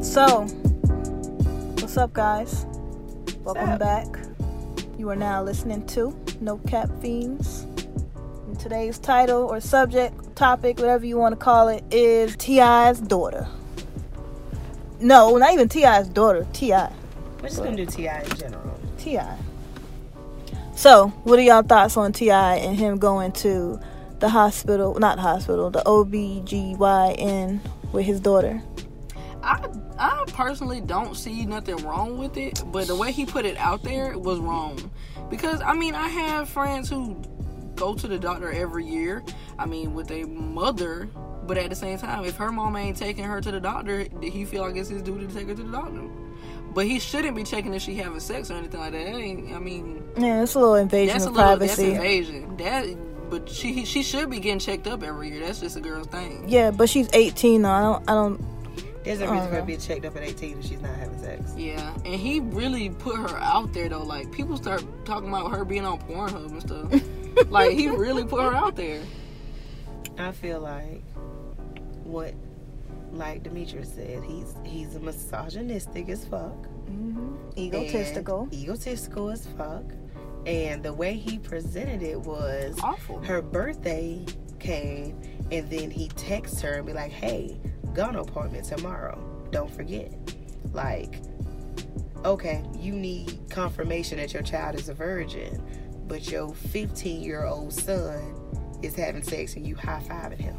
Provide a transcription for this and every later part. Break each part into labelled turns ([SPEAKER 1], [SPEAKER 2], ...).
[SPEAKER 1] So, what's up, guys? Welcome back. You are now listening to No Cap Fiends. And today's title or subject, topic, whatever you want to call it, is T.I.'s daughter. No, not even T.I.'s daughter, T.I.
[SPEAKER 2] We're just gonna do Ti in general.
[SPEAKER 1] T.I. So, what are y'all thoughts on T.I. and him going to the hospital, not hospital, the OBGYN with his daughter?
[SPEAKER 3] I I personally don't see nothing wrong with it, but the way he put it out there was wrong. Because I mean, I have friends who go to the doctor every year. I mean, with their mother, but at the same time, if her mom ain't taking her to the doctor, he feel like it's his duty to take her to the doctor. But he shouldn't be checking if she having sex or anything like that. that ain't, I mean,
[SPEAKER 1] Yeah, it's a little invasion
[SPEAKER 3] that's a
[SPEAKER 1] of
[SPEAKER 3] little
[SPEAKER 1] privacy.
[SPEAKER 3] that's invasion. That, but she she should be getting checked up every year. That's just a girl's thing.
[SPEAKER 1] Yeah, but she's 18 though. I don't. I don't.
[SPEAKER 2] There's a
[SPEAKER 1] I
[SPEAKER 2] reason
[SPEAKER 1] don't
[SPEAKER 2] for
[SPEAKER 1] know.
[SPEAKER 2] being checked up at 18 if she's not having sex.
[SPEAKER 3] Yeah, and he really put her out there though. Like people start talking about her being on Pornhub and stuff. like he really put her out there.
[SPEAKER 2] I feel like what, like Demetrius said, he's he's a misogynistic as fuck,
[SPEAKER 3] Mm-hmm.
[SPEAKER 1] Egotistical.
[SPEAKER 2] and egotistical as fuck, and the way he presented it was
[SPEAKER 3] Awful.
[SPEAKER 2] her birthday came, and then he texts her and be like, "Hey, gun appointment tomorrow. Don't forget." Like, okay, you need confirmation that your child is a virgin, but your 15 year old son is having sex and you high fiving him.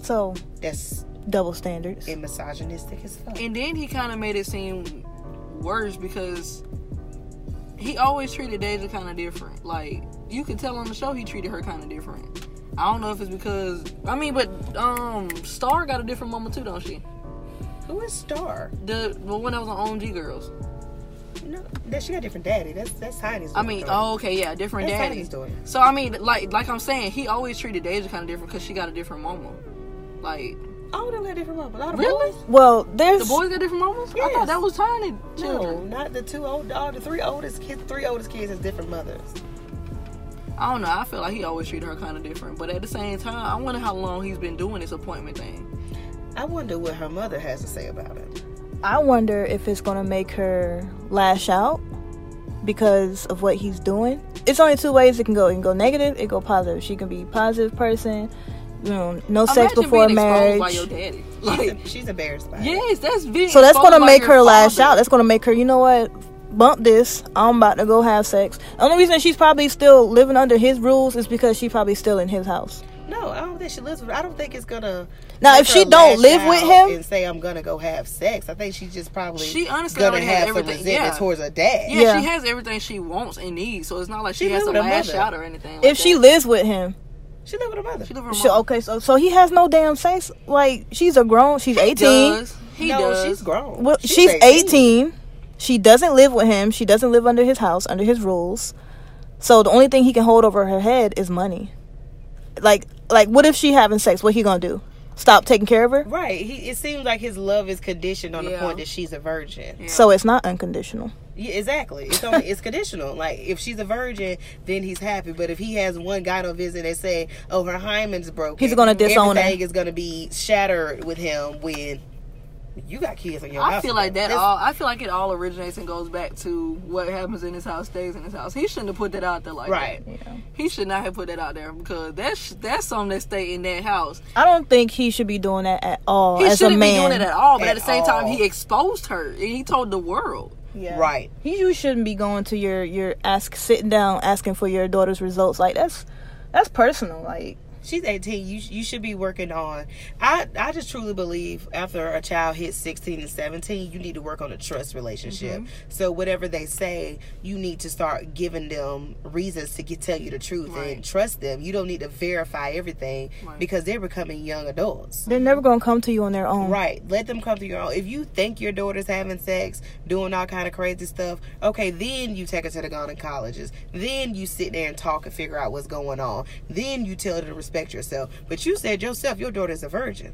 [SPEAKER 1] So
[SPEAKER 2] That's
[SPEAKER 1] double standards.
[SPEAKER 2] and misogynistic as fuck.
[SPEAKER 3] And then he kind of made it seem worse because he always treated Deja kind of different. Like you could tell on the show, he treated her kind of different. I don't know if it's because I mean, but um, Star got a different mama too, don't she?
[SPEAKER 2] Who is Star?
[SPEAKER 3] The the one that was on OMG Girls.
[SPEAKER 2] No, that she got a different daddy. That's that's Heidi's.
[SPEAKER 3] I mean,
[SPEAKER 2] daughter.
[SPEAKER 3] oh, okay, yeah, different
[SPEAKER 2] that's
[SPEAKER 3] daddy.
[SPEAKER 2] Heidi's daughter.
[SPEAKER 3] So I mean, like like I'm saying, he always treated Deja kind of different because she got a different mama. Like
[SPEAKER 2] All of them Oh, got different ones. A lot of
[SPEAKER 3] Really?
[SPEAKER 2] boys.
[SPEAKER 1] Well,
[SPEAKER 3] the
[SPEAKER 1] there's
[SPEAKER 3] boys got different mamas. I
[SPEAKER 2] Yes.
[SPEAKER 3] thought that was tiny
[SPEAKER 2] No,
[SPEAKER 3] children.
[SPEAKER 2] not the two old. All the three oldest kids. Three oldest kids has different mothers.
[SPEAKER 3] I don't know. I feel like he always treated her kind of different, but at the same time, I wonder how long he's been doing this appointment thing.
[SPEAKER 2] I wonder what her mother has to say about it.
[SPEAKER 1] I wonder if it's gonna make her lash out because of what he's doing. It's only two ways it can go. It can go negative. It go positive. She can be a positive person. You know, no sex
[SPEAKER 3] Imagine
[SPEAKER 1] before
[SPEAKER 3] being exposed by your
[SPEAKER 1] marriage.
[SPEAKER 3] daddy.
[SPEAKER 2] She's,
[SPEAKER 3] Like,
[SPEAKER 2] she's embarrassed by it.
[SPEAKER 3] yes, that's being
[SPEAKER 1] So that's
[SPEAKER 3] exposed
[SPEAKER 1] gonna
[SPEAKER 3] by
[SPEAKER 1] make
[SPEAKER 3] your
[SPEAKER 1] her lash
[SPEAKER 3] father.
[SPEAKER 1] out. That's gonna make her. You know what? Bump this. I'm about to go have sex. The only reason she's probably still living under his rules is because she's probably still in his house.
[SPEAKER 2] No, I don't think she lives with. I don't think it's gonna.
[SPEAKER 1] Now,
[SPEAKER 2] make
[SPEAKER 1] if she
[SPEAKER 2] her
[SPEAKER 1] don't
[SPEAKER 2] lash
[SPEAKER 1] live with
[SPEAKER 2] out
[SPEAKER 1] him-
[SPEAKER 2] and say I'm gonna go have sex, I think she just probably
[SPEAKER 3] She honestly
[SPEAKER 2] gonna
[SPEAKER 3] already has
[SPEAKER 2] have some
[SPEAKER 3] everything,
[SPEAKER 2] resentment
[SPEAKER 3] yeah.
[SPEAKER 2] towards her dad.
[SPEAKER 3] Yeah,
[SPEAKER 1] Yeah.
[SPEAKER 3] she has everything she wants and needs, so it's not like she,
[SPEAKER 2] She
[SPEAKER 3] has to
[SPEAKER 2] lived with her
[SPEAKER 3] lash
[SPEAKER 2] mother.
[SPEAKER 3] out or anything. Like
[SPEAKER 1] If she
[SPEAKER 3] that.
[SPEAKER 1] lives with him,
[SPEAKER 2] She live with her mother.
[SPEAKER 3] she live with her
[SPEAKER 1] So,
[SPEAKER 3] mom.
[SPEAKER 1] okay, so so he has no damn sense. Like she's a grown, she's
[SPEAKER 3] He
[SPEAKER 1] eighteen.
[SPEAKER 3] does. He
[SPEAKER 2] no,
[SPEAKER 3] does.
[SPEAKER 2] she's grown.
[SPEAKER 1] Well, she's, eighteen. She doesn't live with him. She doesn't live under his house, under his rules. So the only thing he can hold over her head is money. Like like, what if she having sex? What he gonna do? Stop taking care of her?
[SPEAKER 2] Right. He, it seems like his love is conditioned on the
[SPEAKER 3] Yeah.
[SPEAKER 2] point that she's a virgin.
[SPEAKER 3] Yeah.
[SPEAKER 1] So it's not unconditional.
[SPEAKER 2] Yeah, exactly. It's only it's conditional. Like if she's a virgin, then he's happy. But if he has one guy on visit and say, "Oh, her hymen's broken,"
[SPEAKER 1] He's gonna disown her.
[SPEAKER 2] Everything is gonna be shattered with him when you got kids on your.
[SPEAKER 3] I
[SPEAKER 2] house.
[SPEAKER 3] feel like that
[SPEAKER 2] That's-
[SPEAKER 3] all. I feel like it all originates and goes back to what happens in his house stays in his house. He shouldn't have put that out there like
[SPEAKER 2] Right.
[SPEAKER 3] that. He should not have put that out there because that's that's something that stay in that house.
[SPEAKER 1] I don't think he should be doing that at
[SPEAKER 2] Oh,
[SPEAKER 1] all.
[SPEAKER 3] He
[SPEAKER 1] as a
[SPEAKER 3] shouldn't be
[SPEAKER 1] man,
[SPEAKER 3] doing it at all. But
[SPEAKER 2] At
[SPEAKER 3] at, the same time,
[SPEAKER 2] all.
[SPEAKER 3] he exposed her and he told the world.
[SPEAKER 1] Yeah.
[SPEAKER 2] Right.
[SPEAKER 1] He you shouldn't be going to your your ask sitting down asking for your daughter's results. Like that's that's personal. Like
[SPEAKER 2] She's 18. You you should be working on. I I just truly believe after a child hits 16 and 17, you need to work on a trust relationship.
[SPEAKER 3] Mm-hmm.
[SPEAKER 2] So whatever they say, you need to start giving them reasons to get, tell you the truth
[SPEAKER 3] Right.
[SPEAKER 2] and trust them. You don't need to verify everything
[SPEAKER 3] Right.
[SPEAKER 2] because they're becoming young adults.
[SPEAKER 1] They're never gonna come to you on their own.
[SPEAKER 2] Right. Let them come to your own. If you think your daughter's having sex, doing all kind of crazy stuff, okay, then you take her to the gynecologist. Then you sit there and talk and figure out what's going on. Then you tell her to respect yourself. But you said yourself your daughter's a virgin.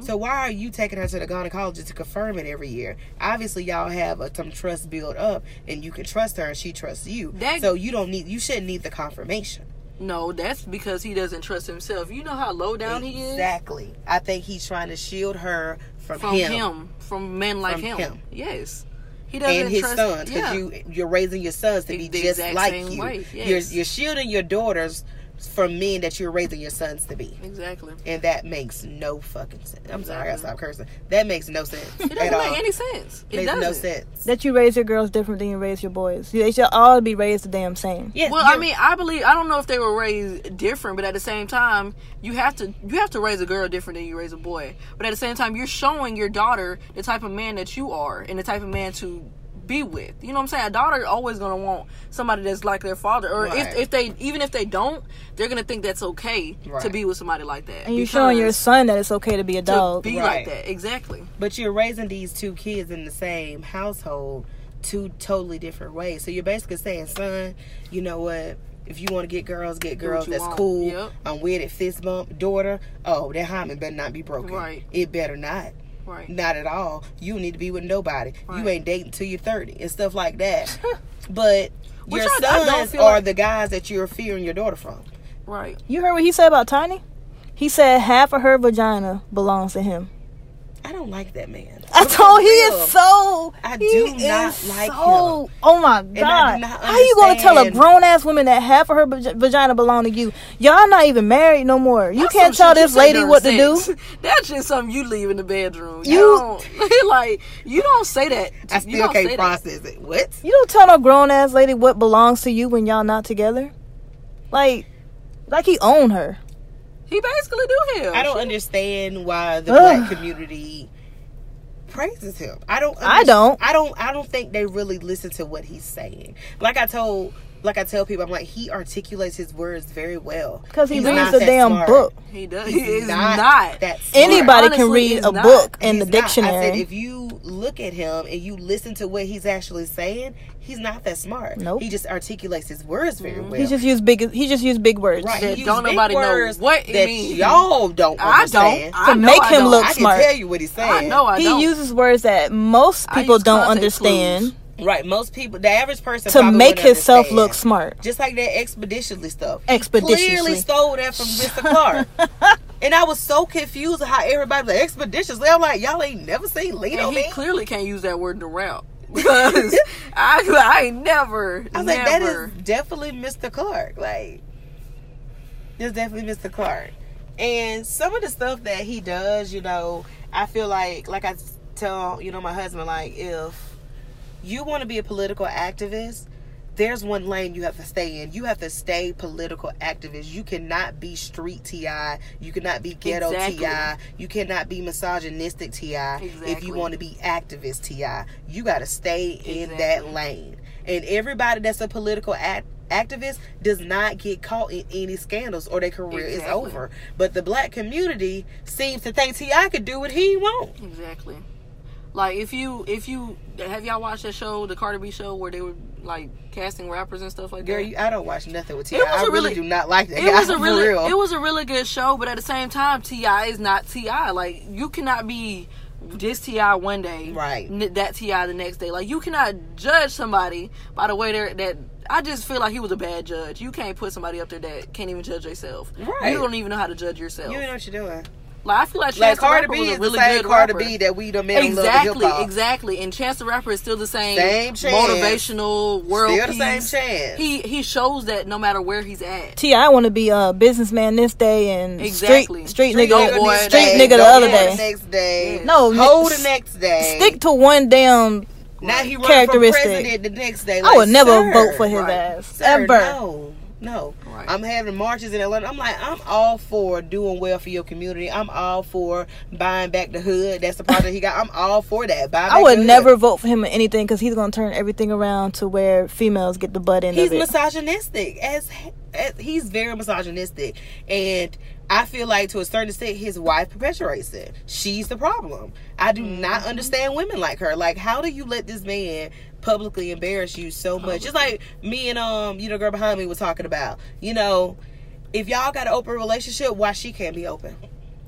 [SPEAKER 2] So why are you taking her to the gynecologist to confirm it every year? Obviously, y'all have a, some trust built up, and you can trust her, and she trusts you.
[SPEAKER 3] That-
[SPEAKER 2] so you don't need, you shouldn't need the confirmation.
[SPEAKER 3] No, that's because he doesn't trust himself. You know how low down he is
[SPEAKER 2] Exactly. I think he's trying to shield her from,
[SPEAKER 3] from him.
[SPEAKER 2] him.
[SPEAKER 3] from men like
[SPEAKER 2] From
[SPEAKER 3] him.
[SPEAKER 2] him.
[SPEAKER 3] Yes, he doesn't
[SPEAKER 2] and his
[SPEAKER 3] trust.
[SPEAKER 2] sons because
[SPEAKER 3] yeah.
[SPEAKER 2] you you're raising your sons to
[SPEAKER 3] The-
[SPEAKER 2] be
[SPEAKER 3] the
[SPEAKER 2] just
[SPEAKER 3] exact
[SPEAKER 2] like
[SPEAKER 3] same
[SPEAKER 2] you.
[SPEAKER 3] way,
[SPEAKER 2] You're
[SPEAKER 3] yes.
[SPEAKER 2] you're shielding your daughters from men that you're raising your sons to be,
[SPEAKER 3] exactly.
[SPEAKER 2] and that makes no fucking sense. I'm sorry, I gotta
[SPEAKER 3] Exactly.
[SPEAKER 2] stop cursing. That makes no sense
[SPEAKER 3] It doesn't
[SPEAKER 2] at
[SPEAKER 3] make
[SPEAKER 2] all.
[SPEAKER 3] any sense. It
[SPEAKER 2] makes
[SPEAKER 3] doesn't.
[SPEAKER 2] no sense.
[SPEAKER 1] That you raise your girls different than you raise your boys. They should all be raised the damn same.
[SPEAKER 2] Yeah.
[SPEAKER 3] Well, I
[SPEAKER 2] you're-
[SPEAKER 3] mean, I believe I don't know if they were raised different, but at the same time, you have to you have to raise a girl different than you raise a boy. But at the same time, you're showing your daughter the type of man that you are and the type of man to be with. You know what I'm saying? A daughter always gonna want somebody that's like their father, or
[SPEAKER 2] Right.
[SPEAKER 3] if, if they even if they don't, they're gonna think that's okay to
[SPEAKER 2] Right.
[SPEAKER 3] be with somebody like that.
[SPEAKER 1] And you showing your
[SPEAKER 3] because
[SPEAKER 1] son that it's okay to be a
[SPEAKER 3] to
[SPEAKER 1] dog.
[SPEAKER 3] be
[SPEAKER 2] Right.
[SPEAKER 3] like that exactly.
[SPEAKER 2] but you're raising these two kids in the same household two totally different ways so you're basically saying son you know what if you want to get girls get
[SPEAKER 3] Do what
[SPEAKER 2] girls
[SPEAKER 3] you
[SPEAKER 2] that's
[SPEAKER 3] want."
[SPEAKER 2] cool
[SPEAKER 3] Yep.
[SPEAKER 2] i'm with it fist bump daughter oh that hymen better not be broken
[SPEAKER 3] Right.
[SPEAKER 2] it better not
[SPEAKER 3] Right.
[SPEAKER 2] not at all you need to be with nobody
[SPEAKER 3] Right.
[SPEAKER 2] you ain't dating till you're 30 and stuff like that but
[SPEAKER 3] Which
[SPEAKER 2] your
[SPEAKER 3] I- I don't
[SPEAKER 2] sons
[SPEAKER 3] feel
[SPEAKER 2] are
[SPEAKER 3] like-
[SPEAKER 2] the guys that you're fearing your daughter from
[SPEAKER 3] Right.
[SPEAKER 1] You heard what he said about Tiny? He said half of her vagina belongs to him.
[SPEAKER 2] i don't like that man
[SPEAKER 1] I told he
[SPEAKER 2] real.
[SPEAKER 1] is so.
[SPEAKER 2] I
[SPEAKER 1] he
[SPEAKER 2] do not
[SPEAKER 1] is
[SPEAKER 2] like
[SPEAKER 1] so, Oh my
[SPEAKER 2] I
[SPEAKER 1] god!
[SPEAKER 2] do not
[SPEAKER 1] How you gonna tell a
[SPEAKER 2] understand-
[SPEAKER 1] grown ass woman that half of her vag- vagina belong to you? Y'all not even married no more. You
[SPEAKER 3] That's
[SPEAKER 1] can't
[SPEAKER 3] some
[SPEAKER 1] tell
[SPEAKER 3] shit you
[SPEAKER 1] this
[SPEAKER 3] say
[SPEAKER 1] lady
[SPEAKER 3] during
[SPEAKER 1] what to do.
[SPEAKER 3] sex. That's just something you leave in the bedroom. You,
[SPEAKER 1] You-
[SPEAKER 3] don't, like you don't say that.
[SPEAKER 2] i
[SPEAKER 3] You
[SPEAKER 2] still
[SPEAKER 3] don't
[SPEAKER 2] can't
[SPEAKER 3] say that.
[SPEAKER 2] process it what
[SPEAKER 1] You don't tell no grown ass lady what belongs to you when y'all not together. Like, like he owned her.
[SPEAKER 3] He basically do him.
[SPEAKER 2] I don't understand why the
[SPEAKER 1] Ugh.
[SPEAKER 2] black community praises him. I don't.
[SPEAKER 1] I don't.
[SPEAKER 2] I don't. I don't think they really listen to what he's saying. Like I told. Like I tell people, I'm like he articulates his words very well
[SPEAKER 1] Cause he
[SPEAKER 2] He's
[SPEAKER 1] reads
[SPEAKER 2] not
[SPEAKER 1] a
[SPEAKER 2] that
[SPEAKER 1] damn
[SPEAKER 2] smart.
[SPEAKER 1] book.
[SPEAKER 3] He does.
[SPEAKER 2] He's
[SPEAKER 3] He is
[SPEAKER 2] not
[SPEAKER 3] not.
[SPEAKER 2] that smart.
[SPEAKER 1] Anybody can
[SPEAKER 3] Honestly,
[SPEAKER 1] read
[SPEAKER 3] he's
[SPEAKER 1] a
[SPEAKER 3] not.
[SPEAKER 1] book in
[SPEAKER 2] He's
[SPEAKER 1] the
[SPEAKER 2] not.
[SPEAKER 1] dictionary.
[SPEAKER 2] I said if you look at him and you listen to what he's actually saying, he's not that smart.
[SPEAKER 1] Nope. Mm-hmm.
[SPEAKER 2] He just articulates his words very well.
[SPEAKER 1] he just used big. He just used big words
[SPEAKER 2] right.
[SPEAKER 3] that
[SPEAKER 2] he
[SPEAKER 3] don't
[SPEAKER 2] used big
[SPEAKER 3] nobody know
[SPEAKER 2] words
[SPEAKER 3] what it
[SPEAKER 2] that
[SPEAKER 3] means.
[SPEAKER 2] y'all don't.
[SPEAKER 3] I
[SPEAKER 2] Understand.
[SPEAKER 3] don't.
[SPEAKER 1] to
[SPEAKER 3] I know
[SPEAKER 1] make
[SPEAKER 3] I
[SPEAKER 1] him
[SPEAKER 3] don't.
[SPEAKER 1] look
[SPEAKER 2] I
[SPEAKER 1] smart.
[SPEAKER 2] can tell you what he's saying.
[SPEAKER 3] I know. I
[SPEAKER 1] he
[SPEAKER 3] don't.
[SPEAKER 1] uses words that most
[SPEAKER 3] I
[SPEAKER 1] people
[SPEAKER 3] use
[SPEAKER 1] don't
[SPEAKER 3] context
[SPEAKER 1] understand
[SPEAKER 3] clues.
[SPEAKER 2] Right, most people, the average person,
[SPEAKER 1] to
[SPEAKER 2] probably
[SPEAKER 1] make
[SPEAKER 2] wouldn't
[SPEAKER 1] himself
[SPEAKER 2] understand.
[SPEAKER 1] look smart.
[SPEAKER 2] Just like that expeditionally stuff. He
[SPEAKER 1] Expeditiously.
[SPEAKER 2] clearly stole that from Mr. Clark. and I was so confused at how everybody like expeditiously. I'm like, y'all ain't never seen Lino
[SPEAKER 3] And
[SPEAKER 2] me.
[SPEAKER 3] he clearly can't use that word in the route because I, I ain't never.
[SPEAKER 2] I was
[SPEAKER 3] never.
[SPEAKER 2] like, that is definitely Mr. Clark. Like, that's definitely Mr. Clark. And some of the stuff that he does, you know, I feel like, like I tell, you know, my husband, like, if you want to be a political activist, there's one lane you have to stay in. You have to stay political activist. You cannot be street TI. You cannot be ghetto
[SPEAKER 3] Exactly.
[SPEAKER 2] TI. You cannot be misogynistic TI. If
[SPEAKER 3] Exactly.
[SPEAKER 2] you want to be activist TI, you got to stay in that
[SPEAKER 3] Exactly.
[SPEAKER 2] lane. And everybody that's a political act- activist does not get caught in any scandals or their career is
[SPEAKER 3] Exactly.
[SPEAKER 2] over. But the black community seems to think T.I. could do what he won't.
[SPEAKER 3] Exactly. Like if you if you have y'all watched that show, the Carter B show, where they were like casting rappers and stuff like
[SPEAKER 2] Girl,
[SPEAKER 3] that.
[SPEAKER 2] you, I don't watch nothing with T.I.
[SPEAKER 3] It was
[SPEAKER 2] I
[SPEAKER 3] a
[SPEAKER 2] really,
[SPEAKER 3] really-
[SPEAKER 2] do not like that
[SPEAKER 3] it was
[SPEAKER 2] guy,
[SPEAKER 3] a really
[SPEAKER 2] for real.
[SPEAKER 3] it was a really good show, but at the same time, Ti is not Ti. Like you cannot be this Ti one day,
[SPEAKER 2] Right.
[SPEAKER 3] n- that Ti the next day. Like you cannot judge somebody by the way they're that. I just feel like he was a bad judge. You can't put somebody up there that can't even judge yourself.
[SPEAKER 2] Right.
[SPEAKER 3] You don't even know how to judge yourself.
[SPEAKER 2] you know what you're doing.
[SPEAKER 3] like I feel like
[SPEAKER 2] Like
[SPEAKER 3] Chance the
[SPEAKER 2] Carter
[SPEAKER 3] Rapper
[SPEAKER 2] B
[SPEAKER 3] was a
[SPEAKER 2] is
[SPEAKER 3] really
[SPEAKER 2] the same
[SPEAKER 3] good
[SPEAKER 2] Carter
[SPEAKER 3] rapper.
[SPEAKER 2] B that we done met on Love and
[SPEAKER 3] Exactly,
[SPEAKER 2] Hip Hop.
[SPEAKER 3] exactly. And Chance the Rapper is still the same,
[SPEAKER 2] Same Chance.
[SPEAKER 3] motivational world
[SPEAKER 2] Still the
[SPEAKER 3] peace.
[SPEAKER 2] same Chance.
[SPEAKER 3] He he shows that no matter where he's at.
[SPEAKER 1] Ti want to be a businessman this day and
[SPEAKER 3] Exactly.
[SPEAKER 1] street street,
[SPEAKER 3] Street
[SPEAKER 1] nigga
[SPEAKER 3] nigga this
[SPEAKER 1] street
[SPEAKER 3] day,
[SPEAKER 1] nigga the
[SPEAKER 2] don't
[SPEAKER 1] other
[SPEAKER 2] do it
[SPEAKER 1] day.
[SPEAKER 2] The next day.
[SPEAKER 1] No,
[SPEAKER 2] Hold
[SPEAKER 1] n-
[SPEAKER 2] the next day.
[SPEAKER 1] Stick to one damn.
[SPEAKER 2] now he run for
[SPEAKER 1] characteristic.
[SPEAKER 2] president the next day.
[SPEAKER 1] I would
[SPEAKER 2] Like,
[SPEAKER 1] never
[SPEAKER 2] sir,
[SPEAKER 1] vote for his
[SPEAKER 3] right.
[SPEAKER 1] ass
[SPEAKER 2] Sir,
[SPEAKER 1] ever.
[SPEAKER 2] No, no.
[SPEAKER 3] Right.
[SPEAKER 2] I'm having marches in Atlanta. I'm like, I'm all for doing well for your community. I'm all for buying back the hood. That's the project he got. I'm all for that. Buy
[SPEAKER 1] I
[SPEAKER 2] back
[SPEAKER 1] would
[SPEAKER 2] the hood.
[SPEAKER 1] never vote for him in anything because he's gonna turn everything around to where females get the butt end
[SPEAKER 2] He's
[SPEAKER 1] of it.
[SPEAKER 2] misogynistic. As, as he's very misogynistic, and I feel like to a certain extent, his wife perpetuates it. She's the problem. I do
[SPEAKER 1] Mm-hmm.
[SPEAKER 2] not understand women like her. Like, how do you let this man publicly embarrass you so much? Just like me and um, you know, girl behind me was talking about. You know, if y'all got an open relationship, why she can't be open?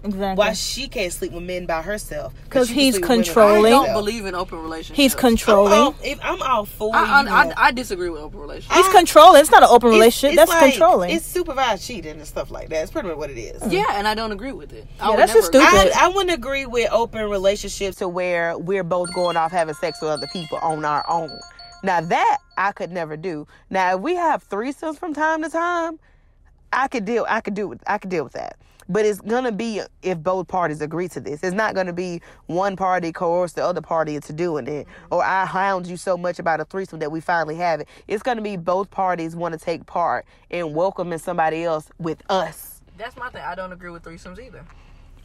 [SPEAKER 1] Exactly.
[SPEAKER 2] Why she can't sleep with men by herself?
[SPEAKER 1] 'Cause
[SPEAKER 2] she can
[SPEAKER 1] he's
[SPEAKER 2] sleep with women by
[SPEAKER 3] I
[SPEAKER 1] controlling.
[SPEAKER 2] herself.
[SPEAKER 3] don't believe in open relationships.
[SPEAKER 1] He's
[SPEAKER 2] I'm all-
[SPEAKER 1] controlling.
[SPEAKER 2] if I'm all for
[SPEAKER 3] I,
[SPEAKER 2] you,
[SPEAKER 3] I,
[SPEAKER 2] know,
[SPEAKER 3] I, I disagree with open relationships.
[SPEAKER 1] He's controlling. It's not an open
[SPEAKER 2] it's-
[SPEAKER 1] relationship.
[SPEAKER 2] it's
[SPEAKER 1] That's
[SPEAKER 2] like-
[SPEAKER 1] controlling.
[SPEAKER 2] It's supervised cheating and stuff like that. It's pretty much what it is.
[SPEAKER 3] yeah, and I don't agree with it. I
[SPEAKER 1] Yeah,
[SPEAKER 3] would
[SPEAKER 1] that's
[SPEAKER 3] never
[SPEAKER 1] just
[SPEAKER 3] agree.
[SPEAKER 1] stupid.
[SPEAKER 2] I, I wouldn't agree with open relationships to where we're both going off having sex with other people on our own. Now that I could never do. Now if we have threesomes from time to time, I could deal. I could do. with- I could deal with that. But it's gonna be if both parties agree to this. It's not gonna be one party coerce the other party into doing it, or I hound you so much about a threesome that we finally have it. It's gonna be both parties want to take part in welcoming somebody else with us.
[SPEAKER 3] That's my thing. I don't agree with threesomes either.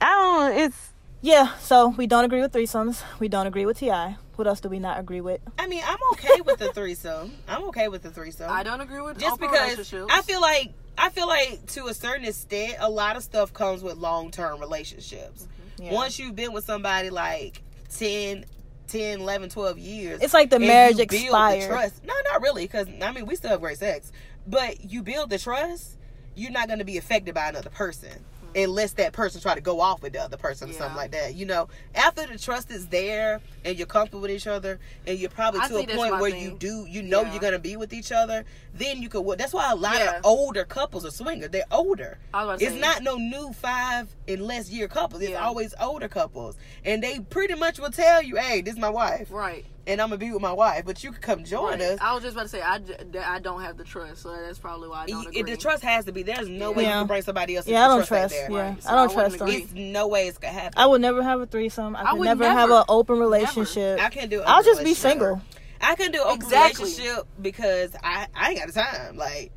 [SPEAKER 2] I don't. It's
[SPEAKER 1] yeah, so we don't agree with threesomes. We don't agree with T.I. What else do we not agree with?
[SPEAKER 2] I mean, I'm okay with the threesome. I'm okay with the threesome.
[SPEAKER 3] I don't agree with
[SPEAKER 2] just
[SPEAKER 3] open
[SPEAKER 2] because
[SPEAKER 3] relationships.
[SPEAKER 2] I feel like I feel like to a certain extent, a lot of stuff comes with long term relationships.
[SPEAKER 1] Yeah.
[SPEAKER 2] Once you've been with somebody like 10, 10, 11, 12 years,
[SPEAKER 1] It's like the
[SPEAKER 2] and
[SPEAKER 1] marriage
[SPEAKER 2] you build
[SPEAKER 1] expired.
[SPEAKER 2] The trust. No, not really, because I mean we still have great sex, but you build the trust. You're not going to be affected by another person unless that person try to go off with the other person or
[SPEAKER 3] Yeah.
[SPEAKER 2] something like that. You know, after the trust is there and you're comfortable with each other and you're probably
[SPEAKER 3] I
[SPEAKER 2] to a
[SPEAKER 3] think that's
[SPEAKER 2] point
[SPEAKER 3] my
[SPEAKER 2] where
[SPEAKER 3] thing.
[SPEAKER 2] you do you know
[SPEAKER 3] Yeah.
[SPEAKER 2] you're gonna be with each other, then you could. Well, that's why a lot
[SPEAKER 3] Yeah.
[SPEAKER 2] of older couples are swingers. They're older.
[SPEAKER 3] I was about to
[SPEAKER 2] It's
[SPEAKER 3] say.
[SPEAKER 2] not no new five and less year couples. It's
[SPEAKER 3] Yeah.
[SPEAKER 2] always older couples, and they pretty much will tell you, "Hey, this is my wife,
[SPEAKER 3] right.
[SPEAKER 2] and I'm gonna be with my wife, but you can come join
[SPEAKER 3] right.
[SPEAKER 2] us."
[SPEAKER 3] I was just about to say I, j- that I don't have the trust, so that's probably why I don't
[SPEAKER 2] Y-
[SPEAKER 3] agree.
[SPEAKER 2] the trust has to be. There's no way you
[SPEAKER 1] Yeah.
[SPEAKER 2] can bring somebody else. if
[SPEAKER 1] Yeah, I
[SPEAKER 2] the
[SPEAKER 1] don't
[SPEAKER 2] ain't
[SPEAKER 1] trust.
[SPEAKER 2] there.
[SPEAKER 1] Yeah,
[SPEAKER 3] Right, so
[SPEAKER 1] I don't
[SPEAKER 3] I
[SPEAKER 1] trust
[SPEAKER 3] wouldn't
[SPEAKER 1] them.
[SPEAKER 3] agree.
[SPEAKER 2] It's no way it's gonna happen.
[SPEAKER 1] I would never have a threesome. I
[SPEAKER 3] I
[SPEAKER 1] could
[SPEAKER 3] would
[SPEAKER 1] never,
[SPEAKER 3] never.
[SPEAKER 1] have an open relationship.
[SPEAKER 2] I can't do.
[SPEAKER 1] I'll
[SPEAKER 2] open
[SPEAKER 1] just be
[SPEAKER 2] relationship.
[SPEAKER 1] single.
[SPEAKER 2] I can do open
[SPEAKER 3] Exactly.
[SPEAKER 2] relationship because I I ain't got the time. Like,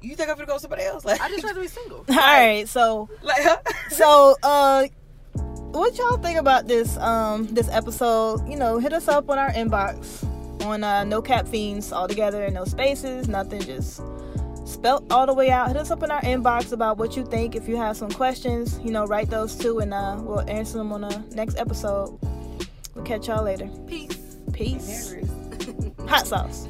[SPEAKER 2] you think I'm gonna go with somebody else? Like,
[SPEAKER 3] I just rather be single.
[SPEAKER 1] All right, so
[SPEAKER 2] like
[SPEAKER 1] so uh what y'all think about this um this episode you know hit us up on our inbox on uh no cap fiends all together no spaces nothing just spelt all the way out hit us up in our inbox about what you think if you have some questions you know write those too and uh we'll answer them on the next episode we'll catch y'all later
[SPEAKER 3] Peace.
[SPEAKER 1] peace hot sauce